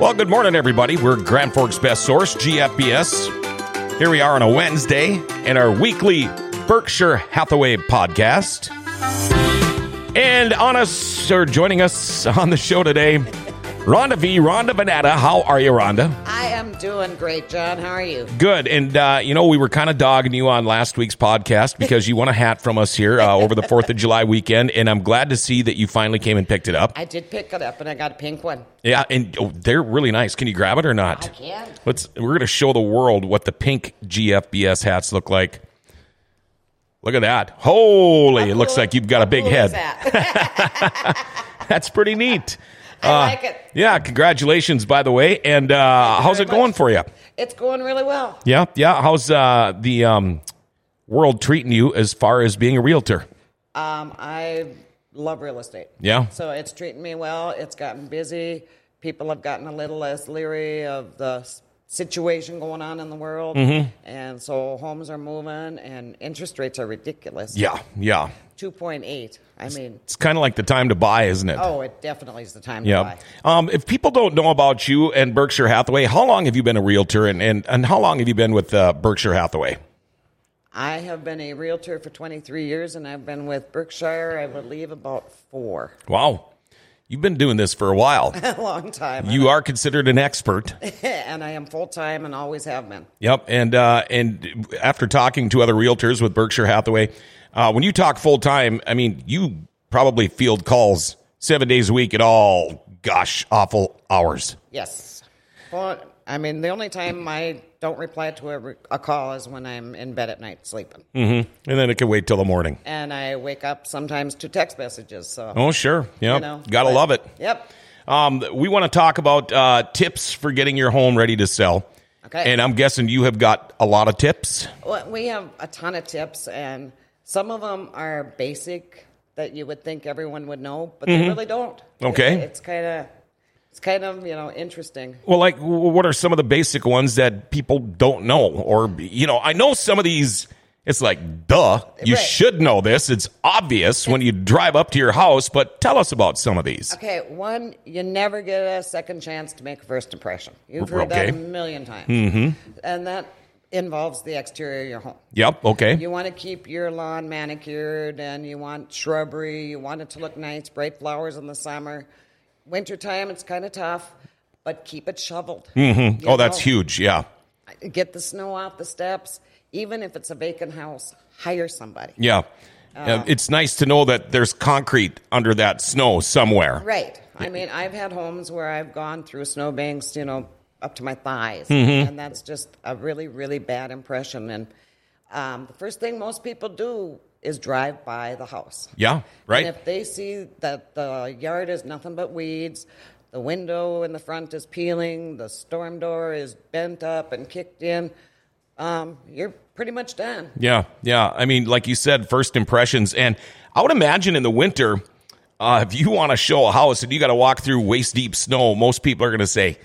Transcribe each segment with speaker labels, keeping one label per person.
Speaker 1: Well, good morning, everybody. We're Grand Forks Best Source, GFBS. Here we are on a Wednesday in our weekly Berkshire Hathaway podcast. And on us, or joining us on the show today, Rhonda V. Rhonda Vanetta. How are you, Rhonda?
Speaker 2: I am doing great, John. How are you?
Speaker 1: Good. And, uh, you know, we were kind of dogging you on last week's podcast because you won a hat from us here uh, over the 4th of July weekend. And I'm glad to see that you finally came and picked it up.
Speaker 2: I did pick it up and I got a pink one.
Speaker 1: Yeah. And oh, they're really nice. Can you grab it or not?
Speaker 2: I can.
Speaker 1: Let's, we're going to show the world what the pink GFBS hats look like. Look at that. Holy, it looks like you've got a big
Speaker 2: Who is
Speaker 1: head.
Speaker 2: that?
Speaker 1: That's pretty neat.
Speaker 2: I
Speaker 1: Uh,
Speaker 2: like it.
Speaker 1: Yeah, congratulations, by the way. And uh, how's it
Speaker 2: very
Speaker 1: going
Speaker 2: much.
Speaker 1: for you?
Speaker 2: It's going really well.
Speaker 1: Yeah, yeah. How's uh, the um, world treating you as far as being a realtor?
Speaker 2: Um, I love real estate.
Speaker 1: Yeah.
Speaker 2: So it's treating me well. It's gotten busy. People have gotten a little less leery of the s- situation going on in the world.
Speaker 1: Mm-hmm.
Speaker 2: And so homes are moving and interest rates are ridiculous.
Speaker 1: Yeah, yeah.
Speaker 2: 2.8. I mean,
Speaker 1: It's kind of like the time to buy, isn't it?
Speaker 2: oh, it definitely is the time to
Speaker 1: yeah.
Speaker 2: buy.
Speaker 1: Um, if people don't know about you and Berkshire Hathaway, how long have you been a realtor and, and, and how long have you been with uh, Berkshire Hathaway?
Speaker 2: I have been a realtor for 23 years and I've been with Berkshire, I believe, about four.
Speaker 1: Wow. You've been doing this for a while.
Speaker 2: a long time.
Speaker 1: you are considered an expert.
Speaker 2: and I am full time and always have been.
Speaker 1: Yep, and uh, and after talking to other realtors with Berkshire Hathaway, uh, when you talk full time, I mean you probably field calls seven days a week at all. Gosh, awful hours.
Speaker 2: Yes. Well, I mean, the only time I don't reply to a, re- a call is when I'm in bed at night sleeping,
Speaker 1: Hmm. And then it can wait till the morning.
Speaker 2: and I wake up sometimes to text messages. So
Speaker 1: Oh, sure. Yep.
Speaker 2: you know,
Speaker 1: Gotta
Speaker 2: but-
Speaker 1: love it.
Speaker 2: Yep.
Speaker 1: Um, we want to talk about uh, tips for getting your home ready to sell.
Speaker 2: Okay.
Speaker 1: And I'm guessing you have got a lot of tips.
Speaker 2: Well, we have a ton of tips, and some of them are basic that you would think everyone would know, but they really don't.
Speaker 1: Mm-hmm. Okay.
Speaker 2: It's, it's kind of, it's kind of you know interesting.
Speaker 1: Well, like, w- what are some of the basic ones that people don't know? Or, you know, I know some of these, it's like, duh, you
Speaker 2: Right.
Speaker 1: should know this. It's obvious when you drive up to your house, but tell us about some of these.
Speaker 2: Okay, one, you never get a second chance to make a first impression. You've heard
Speaker 1: Okay.
Speaker 2: that a million times. Mm-hmm. And that involves the exterior of your home.
Speaker 1: Yep. Okay.
Speaker 2: You want to keep your lawn manicured and you want shrubbery, you want it to look nice, bright flowers in the summer. Wintertime, it's kind of tough, but keep it shoveled. Mm-hmm.
Speaker 1: oh, that's huge. Yeah.
Speaker 2: Get the snow off the steps. Even if it's a vacant house, hire somebody.
Speaker 1: Yeah.
Speaker 2: Oh.
Speaker 1: Uh, it's nice to know that there's concrete under that snow somewhere.
Speaker 2: Right. I mean, I've had homes where I've gone through snowbanks, you know, up to my thighs,
Speaker 1: Mm-hmm.
Speaker 2: and that's just a really, really bad impression. And um, the first thing most people do is drive by the house.
Speaker 1: Yeah. Right.
Speaker 2: And if they see that the yard is nothing but weeds, the window in the front is peeling, the storm door is bent up and kicked in, um, you're pretty much done.
Speaker 1: Yeah, yeah. I mean, like you said, first impressions, and I would imagine in the winter, uh, if you want to show a house and you got to walk through waist deep snow, most people are going to say,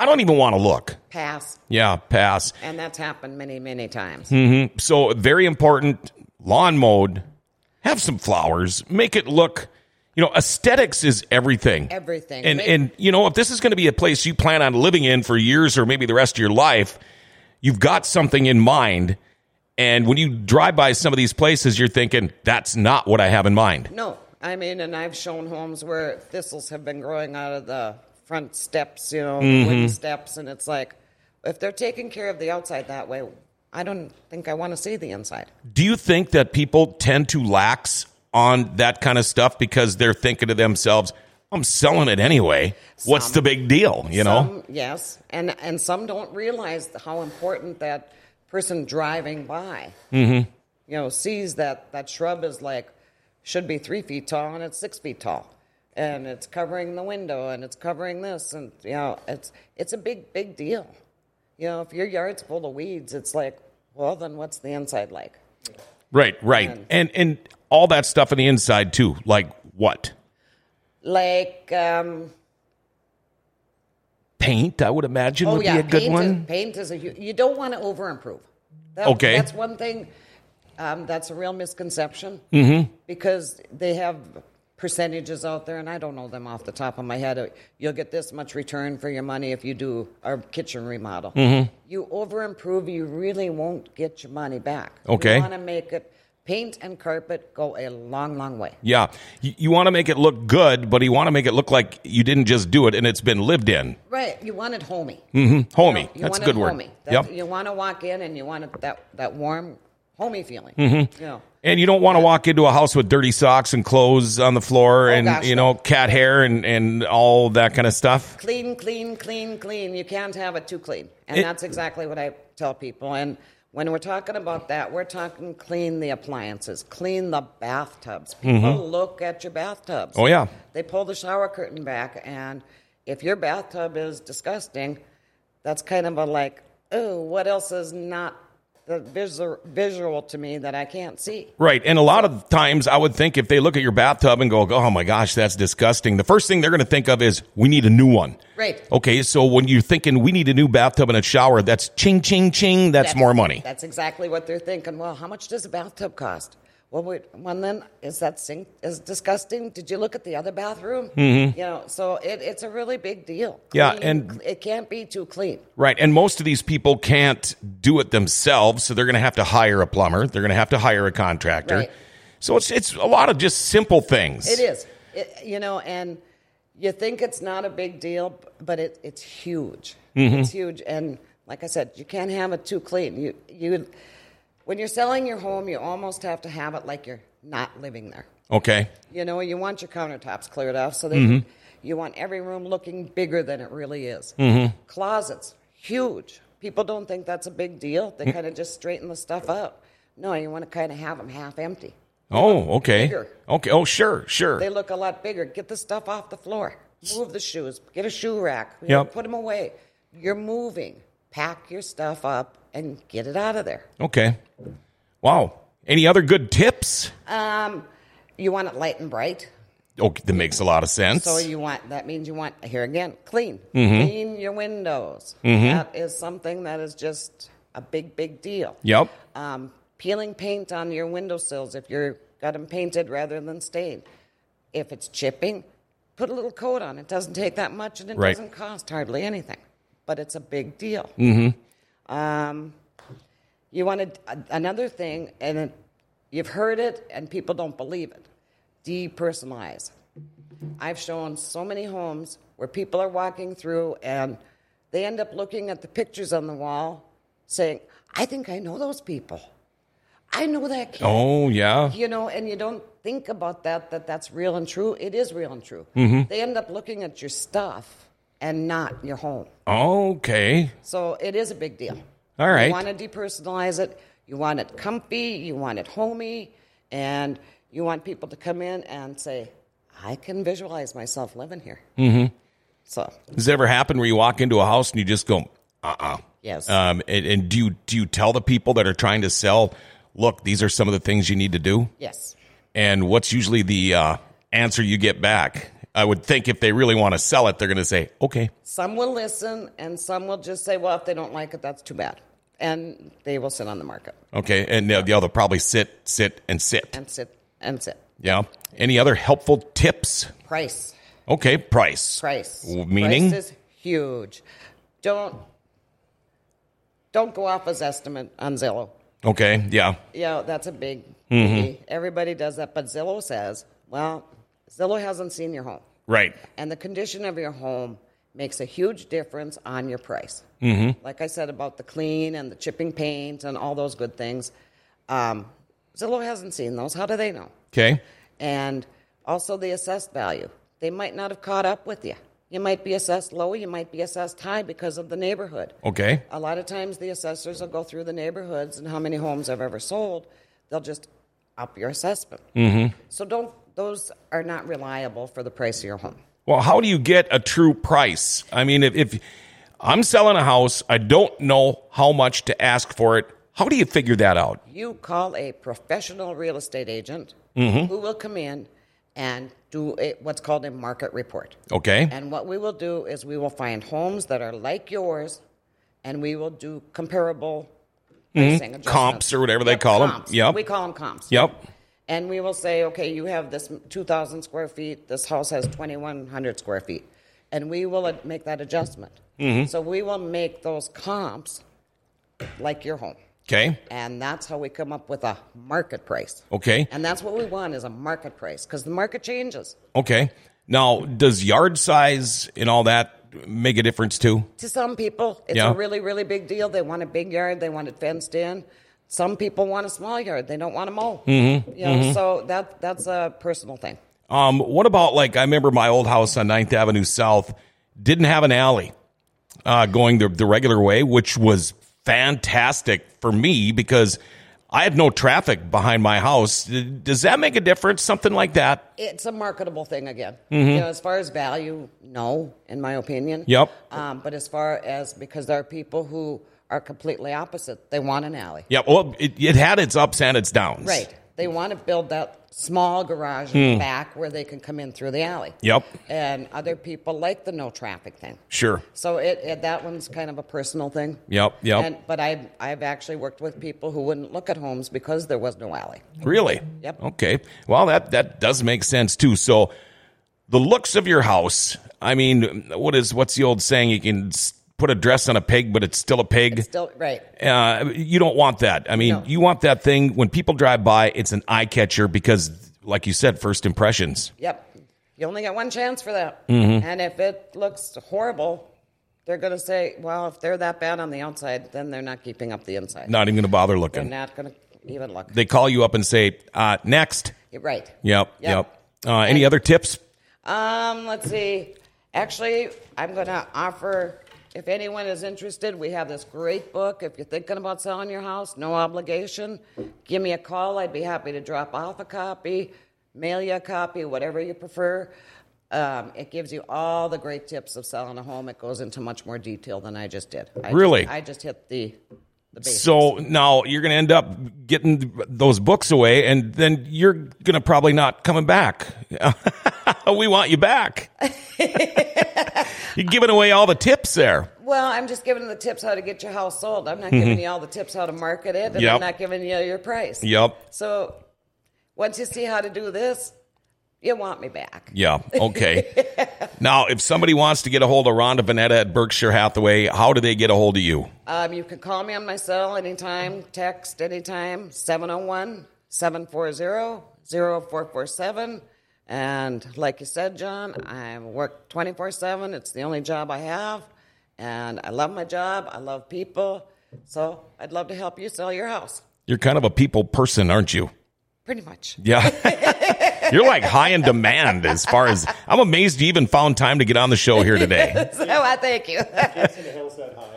Speaker 1: "I don't even want to look."
Speaker 2: Pass.
Speaker 1: Yeah, pass.
Speaker 2: And that's happened many, many times.
Speaker 1: Hmm. So very important lawn mode. Have some flowers. Make it look. You know, aesthetics is everything.
Speaker 2: Everything.
Speaker 1: And
Speaker 2: Make-
Speaker 1: and you know, if this is going to be a place you plan on living in for years or maybe the rest of your life, you've got something in mind. And when you drive by some of these places, you're thinking, that's not what I have in mind.
Speaker 2: No, I mean, and I've shown homes where thistles have been growing out of the front steps, you know,
Speaker 1: Mm-hmm.
Speaker 2: wooden steps, and it's like, if they're taking care of the outside that way, I don't think I want to see the inside.
Speaker 1: Do you think that people tend to lax on that kind of stuff because they're thinking to themselves, I'm selling it anyway. What's
Speaker 2: Some.
Speaker 1: the big deal? You know?
Speaker 2: Some, yes, and and some don't realize how important that person driving by,
Speaker 1: Mm-hmm.
Speaker 2: you know, sees that that shrub is like should be three feet tall and it's six feet tall, and it's covering the window and it's covering this, and you know, it's it's a big big deal. You know, if your yard's full of weeds, it's like, well, then what's the inside like?
Speaker 1: Right, right. And and all that stuff on the inside too. Like what?
Speaker 2: Like, um,
Speaker 1: Paint, I would imagine,
Speaker 2: oh
Speaker 1: would
Speaker 2: yeah,
Speaker 1: be a good
Speaker 2: paint
Speaker 1: one.
Speaker 2: Is, paint is a hu- you don't want to over improve. That,
Speaker 1: Okay.
Speaker 2: that's
Speaker 1: Mm-hmm.
Speaker 2: one thing. Um, that's a real misconception because they have percentages out there, and I don't know them off the top of my head. Uh, You'll get this much return for your money if you do our kitchen remodel.
Speaker 1: Mm-hmm.
Speaker 2: You over improve, you really won't get your money back.
Speaker 1: Okay.
Speaker 2: You want to make it paint and carpet go a long, long way.
Speaker 1: Yeah. You, you want to make it look good, but you want to make it look like you didn't just do it and it's been lived in.
Speaker 2: Right. You want it homey.
Speaker 1: Mm-hmm. Homey.
Speaker 2: You
Speaker 1: That's
Speaker 2: want
Speaker 1: a good
Speaker 2: it
Speaker 1: word.
Speaker 2: homey. That-
Speaker 1: Yep.
Speaker 2: You want to walk in and you want it- that, that warm, homey feeling.
Speaker 1: Mm-hmm.
Speaker 2: You know.
Speaker 1: And you don't want to walk into a house with dirty socks and clothes on the floor and,
Speaker 2: Oh, gosh,
Speaker 1: you know,
Speaker 2: no.
Speaker 1: cat hair and, and all that kind of stuff.
Speaker 2: clean, clean, clean, clean. You can't have it too clean. And
Speaker 1: It-
Speaker 2: that's exactly what I tell people. And when we're talking about that, we're talking clean the appliances, clean the bathtubs. People look at your bathtubs.
Speaker 1: Mm-hmm. Oh, yeah.
Speaker 2: They pull the shower curtain back, and if your bathtub is disgusting, that's kind of a like, oh, what else is not the visu- visual to me that I can't see?
Speaker 1: Right. And a lot of times I would think if they look at your bathtub and go, oh my gosh, that's disgusting, the first thing they're going to think of is, we need a new one.
Speaker 2: Right.
Speaker 1: Okay. So when you're thinking we need a new bathtub and a shower, that's ching, ching, ching. That's more money.
Speaker 2: That's exactly what they're thinking. Well, how much does a bathtub cost? Well, wait, well then is that sink is disgusting? Did you look at the other bathroom? You know, so it, it's a really big deal.
Speaker 1: Mm-hmm. Yeah,
Speaker 2: Clean-
Speaker 1: and-
Speaker 2: it can't be too clean.
Speaker 1: Right. And most of these people can't do it themselves. So they're going to have to hire a plumber. They're going to have to hire a contractor.
Speaker 2: Right.
Speaker 1: So it's, it's a lot of just simple things.
Speaker 2: It is, it, you know, and you think it's not a big deal, but it, it's huge.
Speaker 1: Mm-hmm.
Speaker 2: It's huge, and like I said, you can't have it too clean. You you when you're selling your home, you almost have to have it like you're not living there.
Speaker 1: Okay.
Speaker 2: You know, you want your countertops cleared off so they you want every room looking bigger than it really is. Closets, huge. People don't think that's a big deal. They kind of just straighten the stuff up. No, you want to kind of have them half empty.
Speaker 1: Oh, okay.
Speaker 2: Bigger.
Speaker 1: Okay. Oh, sure. Sure.
Speaker 2: They look a lot bigger. Get the stuff off the floor. Move the shoes. Get a shoe rack. You
Speaker 1: Yep.
Speaker 2: Put them away. You're moving. Pack your stuff up and get it out of there.
Speaker 1: Okay. Wow. Any other good tips?
Speaker 2: Um, you want it light and bright.
Speaker 1: Oh, that makes a lot of sense.
Speaker 2: So you want that means you want here again clean, clean your windows. That is something that is just a big big deal.
Speaker 1: Yep.
Speaker 2: Um, peeling paint on your windowsills if you're got them painted rather than stained. If it's chipping, put a little coat on. It doesn't take that much and it
Speaker 1: Right.
Speaker 2: doesn't cost hardly anything, but it's a big deal. Mm-hmm. Um, you want to, a- another thing, and it, you've heard it and people don't believe it depersonalize. I've shown so many homes where people are walking through and they end up looking at the pictures on the wall saying, I think I know those people. I know that kid.
Speaker 1: Oh, yeah.
Speaker 2: You know, and you don't think about that, that that's real and true. It is real and true. They end up looking at your stuff and not your home.
Speaker 1: Okay.
Speaker 2: So it is a big deal.
Speaker 1: All right.
Speaker 2: You want to depersonalize it. You want it comfy. You want it homey. And you want people to come in and say, I can visualize myself living here. Mm-hmm. So,
Speaker 1: Does it ever happen where you walk into a house and you just go, uh uh
Speaker 2: yes.
Speaker 1: Um, and, and do you do you tell the people that are trying to sell, look, these are some of the things you need to do,
Speaker 2: yes.
Speaker 1: and what's usually the uh, answer you get back? I would think if they really want to sell it, they're going to say, okay,
Speaker 2: Some will listen and some will just say, well, if they don't like it, that's too bad. And they will sit on the market
Speaker 1: okay, and they'll, they'll probably sit, sit, and sit.
Speaker 2: and sit and sit.
Speaker 1: Yeah. Any other helpful tips?
Speaker 2: Price.
Speaker 1: Okay, price.
Speaker 2: price.
Speaker 1: Meaning?
Speaker 2: price is huge. Don't don't go off as estimate on Zillow.
Speaker 1: Okay, yeah,
Speaker 2: You know, that's a big biggie. everybody does that, but Zillow says, well, Zillow hasn't seen your home.
Speaker 1: right.
Speaker 2: And the condition of your home makes a huge difference on your price. Mm-hmm. Like I said about the clean and the chipping paint and all those good things. Um, Zillow hasn't seen those. How do they know?
Speaker 1: Okay,
Speaker 2: and also the assessed value. They might not have caught up with you. You might be assessed low, you might be assessed high because of the neighborhood.
Speaker 1: okay,
Speaker 2: A lot of times the assessors will go through the neighborhoods and how many homes I've ever sold. They'll just up your assessment. Mm-hmm. So don't those are not reliable for the price of your home.
Speaker 1: Well, how do you get a true price? I mean, if, if I'm selling a house, I don't know how much to ask for it. How do you figure that out?
Speaker 2: You call a professional real estate agent
Speaker 1: Mm-hmm.
Speaker 2: who will come in and do a, what's called a market report.
Speaker 1: Okay.
Speaker 2: And what we will do is we will find homes that are like yours, and we will do comparable pricing adjustments.
Speaker 1: Mm-hmm. Comps or whatever they call 'em.
Speaker 2: comps.
Speaker 1: Yep.
Speaker 2: We call them comps.
Speaker 1: Yep.
Speaker 2: and we will say, okay, you have this 2,000 square feet, this house has 2,100 square feet. And we will ad- make that adjustment. So we will make those comps like your home.
Speaker 1: Okay.
Speaker 2: And that's how we come up with a market price.
Speaker 1: Okay.
Speaker 2: And that's what we want is a market price because the market changes.
Speaker 1: Okay. Now, does yard size and all that make a difference too?
Speaker 2: To some people, it's
Speaker 1: Yeah.
Speaker 2: a really, really big deal. They want a big yard. They want it fenced in. Some people want a small yard. They don't want to mow. Mm-hmm. You know, So that that's a personal thing.
Speaker 1: Um, what about like I remember my old house on 9th Avenue South didn't have an alley uh, going the, the regular way, which was fantastic for me because I had no traffic behind my house. D- Does that make a difference? Something like that?
Speaker 2: It's a marketable thing again. You know, as far as value, no, in my opinion.
Speaker 1: Mm-hmm. Yep.
Speaker 2: Um, but as far as because there are people who are completely opposite, they want an alley.
Speaker 1: Yeah. Well, it, it had its ups and its downs.
Speaker 2: Right. They want to build that small garage in the back where they can come in through the alley.
Speaker 1: Hmm. Yep.
Speaker 2: And other people like the no traffic thing.
Speaker 1: Sure.
Speaker 2: So it, it that one's kind of a personal thing.
Speaker 1: Yep. Yep.
Speaker 2: And, but I I've actually worked with people who wouldn't look at homes because there was no alley.
Speaker 1: Really?
Speaker 2: Yep.
Speaker 1: Okay. Well, that that does make sense too. So, the looks of your house. I mean, what is what's the old saying? You can s- put a dress on a pig, but it's still a pig.
Speaker 2: Still right.
Speaker 1: uh, you don't want that. I mean,
Speaker 2: No.
Speaker 1: you want that thing when people drive by. It's an eye catcher because, like you said, first impressions.
Speaker 2: Yep. You only get one chance for that. And if it looks horrible, they're going to say, well, if they're that bad on the outside, then they're not keeping up the inside.
Speaker 1: Not even going to bother
Speaker 2: They're
Speaker 1: looking.
Speaker 2: not going to even look.
Speaker 1: They call you up and say, uh, "Next."
Speaker 2: You're right.
Speaker 1: Yep. Yep.
Speaker 2: Yep.
Speaker 1: Uh, any other tips?
Speaker 2: Um, let's see. Actually, I'm going to offer if anyone is interested, we have this great book. If you're thinking about selling your house, no obligation. Give me a call. I'd be happy to drop off a copy, mail you a copy, whatever you prefer. Um, it gives you all the great tips of selling a home. It goes into much more detail than I just did. I
Speaker 1: Really?
Speaker 2: Just, I just hit the the basics.
Speaker 1: So now you're going to end up getting those books away, and then you're going to probably not coming back. we want you back. you're giving away all the tips there.
Speaker 2: Well, I'm just giving the tips how to get your house sold. I'm not giving you all the tips how to market it, and
Speaker 1: Mm-hmm. Yep.
Speaker 2: I'm not giving you your price.
Speaker 1: Yep.
Speaker 2: So once you see how to do this, you want me back.
Speaker 1: Yeah. Okay. now, if somebody wants to get a hold of Rhonda Vanetta at Berkshire Hathaway, how do they get a hold of you?
Speaker 2: Um, you can call me on my cell anytime, text anytime, 701 740 0447. And like you said, John, I work 24 7. It's the only job I have. And I love my job. I love people. So I'd love to help you sell your house,
Speaker 1: You're kind of a people person, aren't you?
Speaker 2: pretty much.
Speaker 1: Yeah. You're like high in demand as far as I'm amazed you even found time to get on the show here today.
Speaker 2: So I thank you.
Speaker 3: Jason Hill said hi.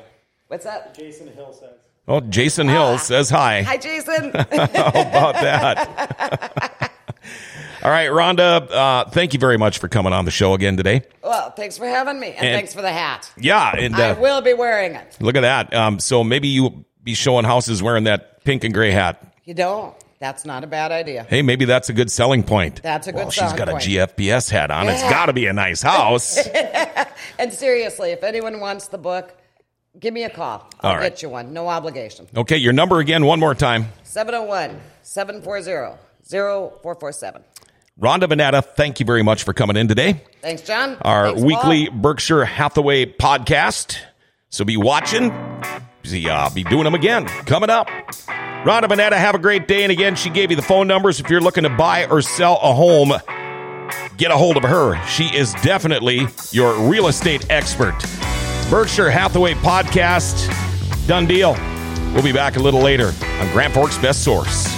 Speaker 2: What's up?
Speaker 3: Jason Hill says.
Speaker 1: Well, Jason Hill says
Speaker 2: Hi, Jason.
Speaker 1: about that. All right, Rhonda, uh, thank you very much for coming on the show again today.
Speaker 2: well, thanks for having me, and,
Speaker 1: And-
Speaker 2: thanks for the hat.
Speaker 1: Yeah, and
Speaker 2: I
Speaker 1: uh,
Speaker 2: will be wearing it.
Speaker 1: look at that. Um, so maybe you be showing houses wearing that pink and gray hat.
Speaker 2: You don't. That's not a bad idea.
Speaker 1: Hey, maybe that's a good selling point.
Speaker 2: That's a good
Speaker 1: Well, she's
Speaker 2: selling
Speaker 1: got
Speaker 2: point.
Speaker 1: a GFBS hat on. It's
Speaker 2: Yeah.
Speaker 1: got to be a nice house.
Speaker 2: And seriously, if anyone wants the book, give me a call. I'll
Speaker 1: All right.
Speaker 2: get you one. No obligation.
Speaker 1: okay, your number again, one more time.
Speaker 2: 701 740 0447.
Speaker 1: Rhonda Vanetta, thank you very much for coming in today.
Speaker 2: Thanks, John.
Speaker 1: Our
Speaker 2: Thanks,
Speaker 1: weekly
Speaker 2: Paul.
Speaker 1: Berkshire Hathaway podcast. So be watching. See, uh, be doing them again. Coming up. Rhonda Bonetta, have a great day. And again, she gave you the phone numbers. If you're looking to buy or sell a home, get a hold of her. She is definitely your real estate expert. Berkshire Hathaway podcast. Done deal. We'll be back a little later on Grand Forks Best Source.